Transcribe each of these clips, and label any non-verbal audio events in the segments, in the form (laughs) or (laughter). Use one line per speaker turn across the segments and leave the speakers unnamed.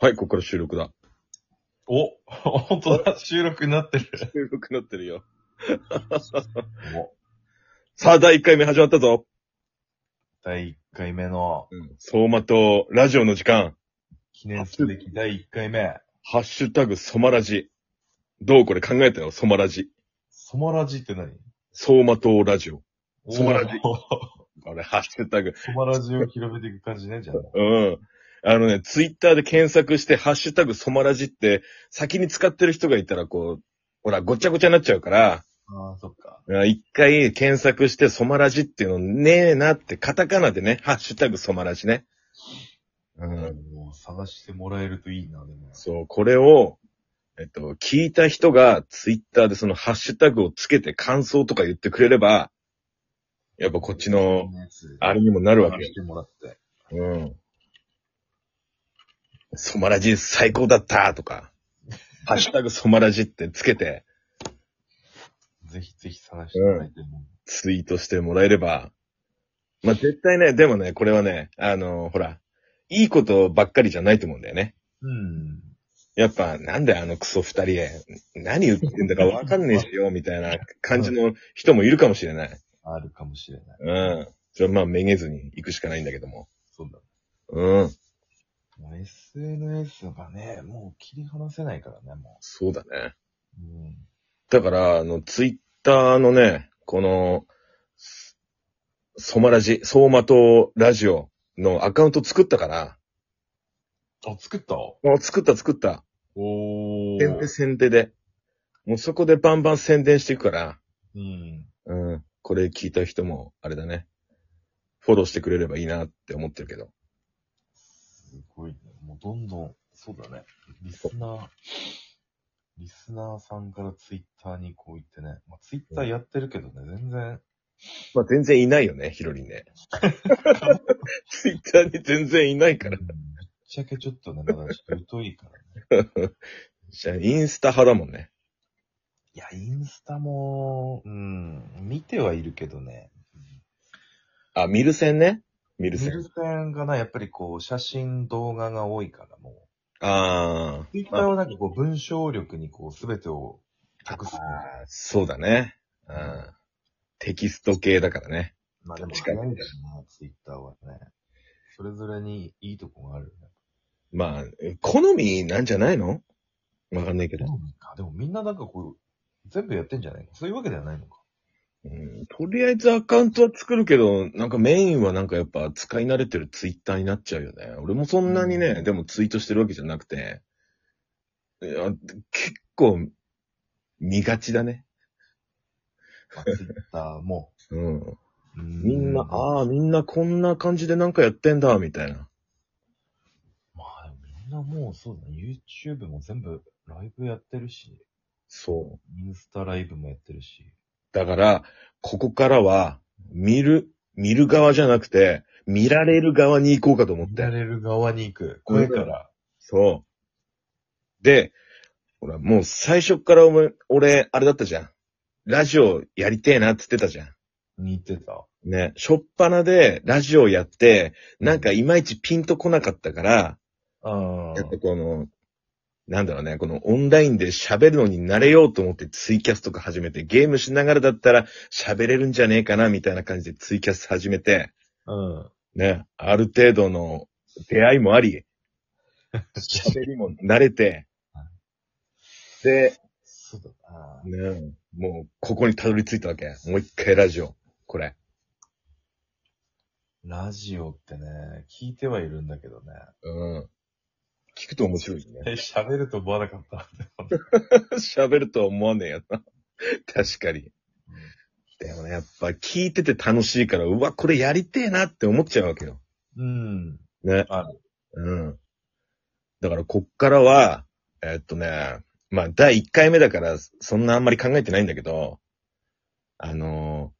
はい、ここから収録だ。
お (laughs) 本当だ、収録になってる。
収録になってるよ。さあ、第1回目始まったぞ。
第1回目の
相馬とラジオの時間。
記念すべき第1回目。
ハッシュタグソマラジ。どうこれ考えたよ、ソマラジ。
ソマラジって何
相馬とラジオ。ソマラジ
おー
あれ、ハッシュタグ。
(laughs) ソマラジを広めていく感じね、じゃあ。
うん。あのね、ツイッターで検索して、ハッシュタグソマラジって、先に使ってる人がいたら、こう、ほら、ごっちゃごちゃになっちゃうから、
ああ、そっか。
うん一回検索して、ソマラジっていうのねえなって、カタカナでね、ハッシュタグソマラジね。うん。
もう探してもらえるといいな、でも。
そう、これを、えっと、聞いた人がツイッターでそのハッシュタグをつけて感想とか言ってくれれば、やっぱこっちの、あ
あ
れにもなる
る
わ
わ
け
け。
よ。
してもらって。
うん。ソマラジ最高だったとか、ハッシュタグソマラジってつけて
ぜひぜひ探してもらいたいもん。
ツイートしてもらえれば、まあ、絶対ね、でもね、これはね、あの、ほら、いいことばっかりじゃないと思うんだよね。
うん。
やっぱ、なんであのクソ二人へ、何言ってんだかわかんねえしよ、みたいな感じの人もいるかもしれない。
あるかもしれない。
うん。それはまあ、めげずに行くしかないんだけども。
そうだ。
うん。
もう SNS がね、もう切り離せないからね、も
そうだね。
う。うん。
だから、あの、ツイッターのね、この、ソマラジ、ソーマとラジオのアカウント作ったから、
あ、作った
もう作った作った。
お
先手先手で。もうそこでバンバン宣伝していくから、
うん。
うん。これ聞いた人も、あれだね。フォローしてくれればいいなって思ってるけど。
すごいね。もうどんどん、そうだね。リスナー、リスナーさんからツイッターにこう言ってね。まあ、ツイッターやってるけどね、全然。
まあ、全然いないよね、ヒロリンね。ツイッターに全然いないか
ぶ
ら
っ。ちゃけちょっとね、まだちょっと疎いからね。
じゃあ、インスタ派だもんね。
いや、インスタも、うん、見てはいるけどね。
あ、ミルセンね。ミル
見
セ
る
ン。
点がな、やっぱりこう、写真、動画が多いから、もう。
あ
ツイッターはなんかこう、文章力にこう、すべてを託す。
あ、そうだね。うん。テキスト系だからね。
まあでも、
近
近
い
いしな、ツイッターはね。それぞれにいいとこがあるよね。
まあ、好みなんじゃないのわかんないけど。
あでもみんななんかこう、全部やってんじゃないのそういうわけではないのか。
うん、とりあえずアカウントは作るけど、なんかメインはなんかやっぱ使い慣れてるツイッターになっちゃうよね。俺もそんなにね、
うん
でもツイートしてるわけじゃなくて、いや結構見がちだね。
まあ、ツイッターも。
うん。み
み
んな、
あ
ああ、みんなこんな感じでなんかやってんだ、みたいな。
まあでもみんなもうそうだね。YouTube も全部ライブやってるし、
そう。
インスタライブもやってるし。
だから、ここからは、見る、見る側じゃなくて、見られる側に行こうかと思っ
見
て
ら。れる側に行く。声から。
そう。で、ほら、もう最初っからお前俺、あれだったじゃん。ラジオやりてえなって言ってたじゃん。
似てた。
ね、しょっぱなでラジオやって、なんかいまいちピンとこなかったから、
あ
やっぱこの、なんだろうね、このオンラインで喋るのに慣れようと思ってツイキャスとか始めて、ゲームしながらだったら喋れるんじゃねえかな、みたいな感じでツイキャス始めて、
あ。うん。
ね、ある程度の出会いもあり、喋りも慣れて、で、
そうだな。
ねえ、もう、ここにたどり着いたわけ。もう一回ラジオ。これ。
ラジオってね、聞いてはいるんだけどね。
うん。聞くと面白いね。
え喋ると思わなかった。
(laughs) 喋るとは思わねえやな。 (laughs) 確かに。でもね、やっぱ聞いてて楽しいから、うわ、これやりてえなって思っちゃうわけよ。
うん。
ね。
あ
うん。だから、こっからは、えっとね、まあ、第1回目だから、そんなあんまり考えてないんだけど、あのー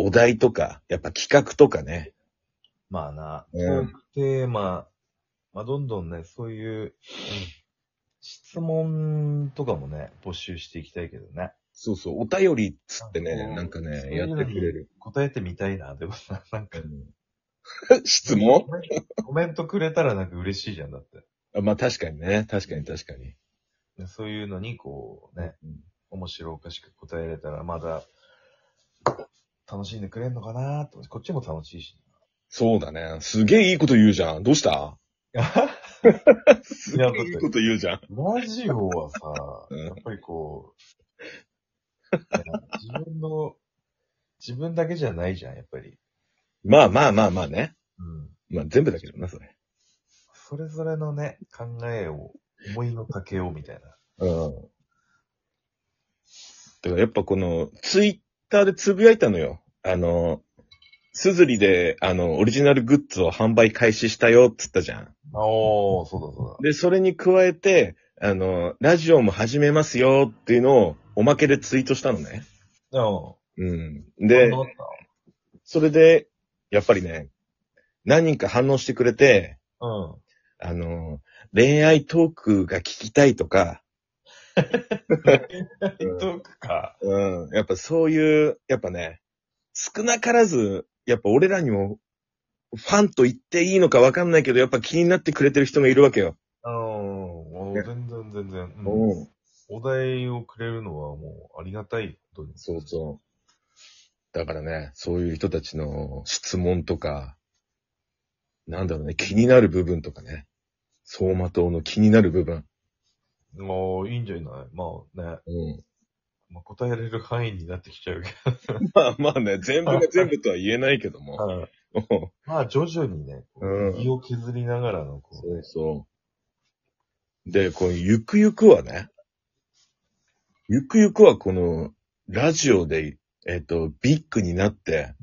お題とか、やっぱ企画とかね、
まあな、ト
うん
ークテーマ、まあどんどんね、そういう、質問とかもね、募集していきたいけどね。
そうそう、お便りっつってね、
うん
なんか
そ
ね、
う
や
い
っ
う
て
の
くれる。
答えてみたいな、でもさ、 (laughs) なんか、
(laughs) 質問
コメントくれたらなんか嬉しいじゃん、だって。
うあまあ確かにね。確かに確かに。
でそういうのに、こう、ね、面白おかしく答えられたら、まだ、楽しんでくれんのかなと。こっちも楽しいし。
そうだね。すげえいいこと言うじゃん。どうしたすげえ
やだって
いいこと言うじゃん。
ラジオはさ、
うん
やっぱりこう、ね自分の、自分だけじゃないじゃん、やっぱり。
まあまあまあまあね。
うん。
まあ全部だけどな、それ。
それぞれのね、考えを、思いの丈をみたい
う
な。
ん。だからやっぱこの、ツイッターでつぶやいたのよ。あの、すずりで、あの、オリジナルグッズを販売開始したよっつったじゃん。
あおー、そうだそう
で、それに加えて、あの、ラジオも始めますよっていうのを、おまけでツイートしたのね。
だ。う
うん。
ん。
で、
どうだっ
それで、やっぱりね、何人か反応してくれて、
たうん。
あの、恋愛トークが聞きたいとか、
どうか。
うん、やっぱそういう、やっぱね、少なからず、やっぱ俺らにも、ファンと言っていいのかわかんないけど、やっぱ気になってくれてる人がいるわけよ。
あのー、全然全然、うん。
うん。
お題をくれるのはもうありがたいことに。
そうそう。だからね、そういう人たちの質問とか、なんだろうね、気になる部分とかね。相馬灯の気になる部分。
ああ、いいんじゃないまあね、
うん。
まあ、答えられる範囲になってきちゃうけ
(laughs) まあまあね、全部 (laughs) が全部とは言えないけど (laughs)
ど。
も。
はい
うん
まあ徐々にね、こ
うん
う身を削りながらの、こう、
そうそう。で、こう、ゆくゆくはね、ゆくゆくはこの、ラジオで、えっ、と、ビッグになって、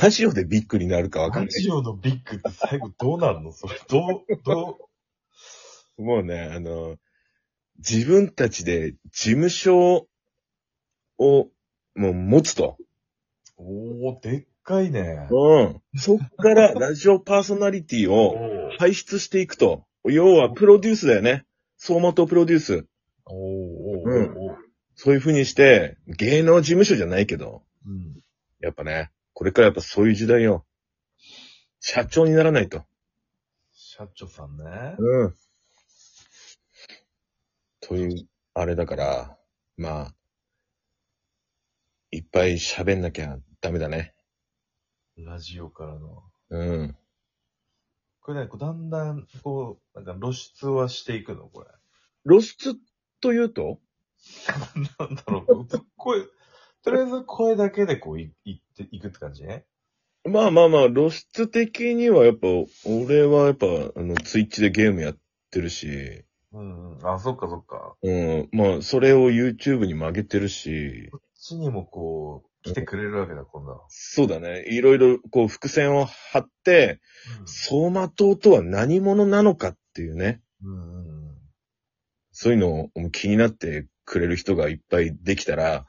ラジオでビッグになるかわかん
ラ
ない。
ジオのビッグって最後どうなるの (laughs) それ、どう、ど
もうね、あの、自分たちで事務所を、もう持つと。
う、おー、でっかいね。
うん。そっ (laughs) からラジオパーソナリティ
お
を
ー
輩出していくと。要はプロデュースだよね。相馬とプロデュース。
おー、おー、お
うん
ー、おー。
そういう風にして、芸能事務所じゃないけど、
うん。
やっぱね、これからやっぱそういう時代よ。社長にならないと。
社長さんね。
うん。という、あれだから、まあ、いっぱい喋んなきゃダメだね。
ラジオからの。
うん。
これね、こうだんだん、こう、なんか露出はしていくのこれ。 (laughs)
露出というと
なんだろう、声、とりあえず声だけでこうい、いって、いくって感じね。
まあまあまあ、露出的にはやっぱ、俺はやっぱ、あの、ツイッチでゲームやってるし、
うんうん。あ、そっかそっか。こ
うん、まあ、それを YouTube に曲げてるし、
っちにもこう、来てくれるわけだ、今度は。
そうだね。いろいろ、こう、伏線を張って、相馬灯とは何者なのかっていうね。
うん。うんうんうん。
そういうのを気になってくれる人がいっぱいできたら、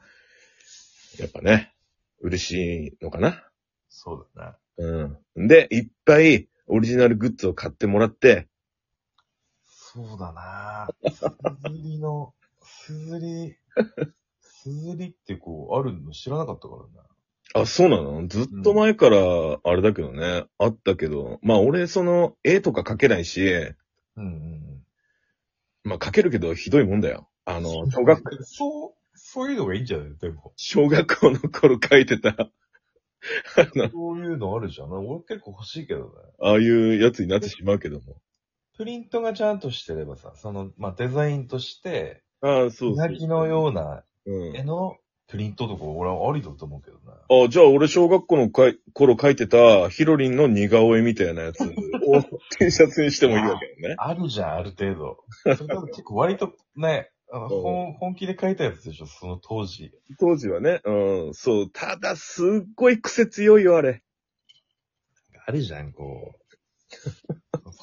やっぱね、嬉しいのかな。
そうだね。
うん。で、いっぱいオリジナルグッズを買ってもらって、
そうだなすずりの、すずり、すずりってこう、あるの知らなかったからね。
あ、そうなのずっと前から、あれだけどね、あったけど、まあ俺、その、絵とか描けないし、
うんうん
まあ描けるけど、ひどいもんだよ。あの、
う
小
ん。
学、
そう、そういうのがいいんじゃないでも。
小学校の頃描いてた、あの、
そういうのあるじゃん。俺結構欲しいけどね。
ああいうやつになってしまうけども。
プリントがちゃんとしてればさ、その、まあ、デザインとして、
ああ、そうそう。
うなぎのような
うん。
絵のプリントとか俺はありだと思うけどね。
あ、じゃあ俺小学校のかい頃書いてたヒロリンの似顔絵みたいな (laughs) やつを T シャツにしてもいいわけよね。
あるじゃん、ある程度。それ多分結構割とね、あの
そう
本本気で描いたやつでしょ、その当時。
(laughs) 当時はね。うん、そう。ただすっごい癖強いよ、あれ。
あるじゃん、こう。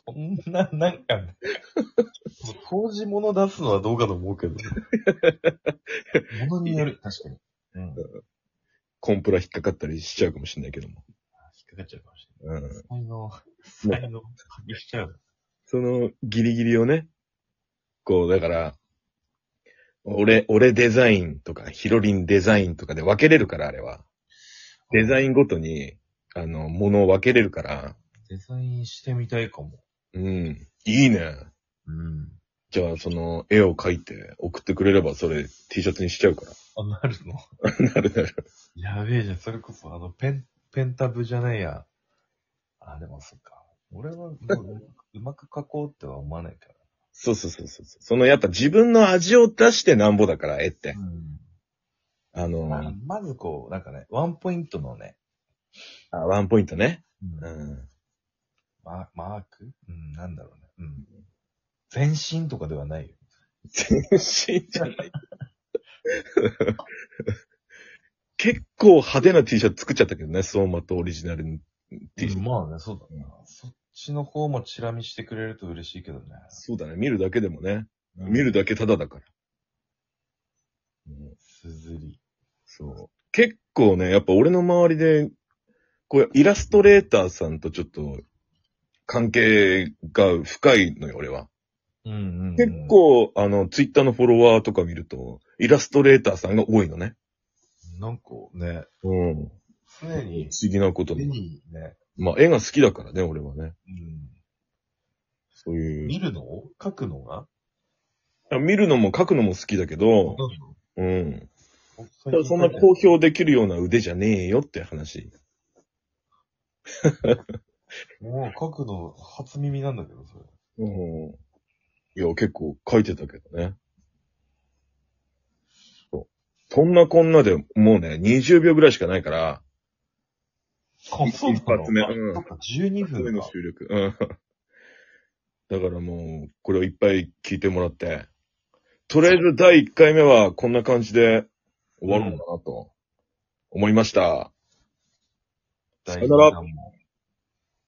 そんな、なんか、ね、当時物出すのはどうかと思うけど。物による、確かに。うん。引っ
コンプラ引っかかったりしちゃうかもしれないけども。
かかっちゃうかもし
うん。
れない。才能、才能、発揮しちゃう。
そのギリギリをね。こう、だから、俺、俺デザインとか、ヒロリンデザインとかで分けれるから、あれは。デザ
イ
イ
ン。
ンごとに、あの、ものを分けれるから、
デザインしてみたいかも。
うん。いいね。
うん。
じゃあ、その、絵を描いて送ってくれれば、それ T シャツにしちゃうから。
あ、なるの
(laughs) なるなる。
やべえじゃん。それこそ、あの、ペン、ペンタブじゃねえや。あ、でもそっか。俺はもう、うまく書こうっては思わないか
そうそうそうそう。その、やっぱ自分の味を出してなんぼだから、絵っ
ら。
て。
ん。
あの、
まずこう、なんかね、ワンポイントのね、
あワンポイントね。
う、
うんん。
ママークうん、なんだろうね。うん。全身とかではないよ。
全身じゃない。結構派手な T シャツ作っちゃったけどね、相馬とオリジナルの T シャツ。
まあね、そうだな。そっちの方もチラ見してくれると嬉しいけどね。
そうだね、見るだけでもね。見るだけタダだから。うん
すずり。
そう。結構ね、やっぱ俺の周りで、こう、イラストレーターさんとちょっと、関係が深いのよ、俺は。
うんうん、うん。
結。構、あの、ツイッターのフォロワーとか見ると、イラストレーターさんが多いのね。
なんかね、
うん。
常
不
に、
思議なこと
目
に。
にね、
まあ、絵が好きだからね、俺はね。
う。
そうんい
見るの書くのが
う。見るのも描くのも好きだけど、うん。ただそんな
こ
公表できるような腕じゃねえよって話。
う。もう書くの初耳なんだけど、それ。
うん。いや、結構描いてたけどね。そう。そんなこんなでもうね、20秒ぐらいしかないから、
あそうなの
一発目うん
そっか12
声
分
の
か。
収録。うん。だからもう、これをいっぱい聞いてもらって、とりあえず第1回目はこんな感じで終わるのかなと思いました。さよなら
第二弾も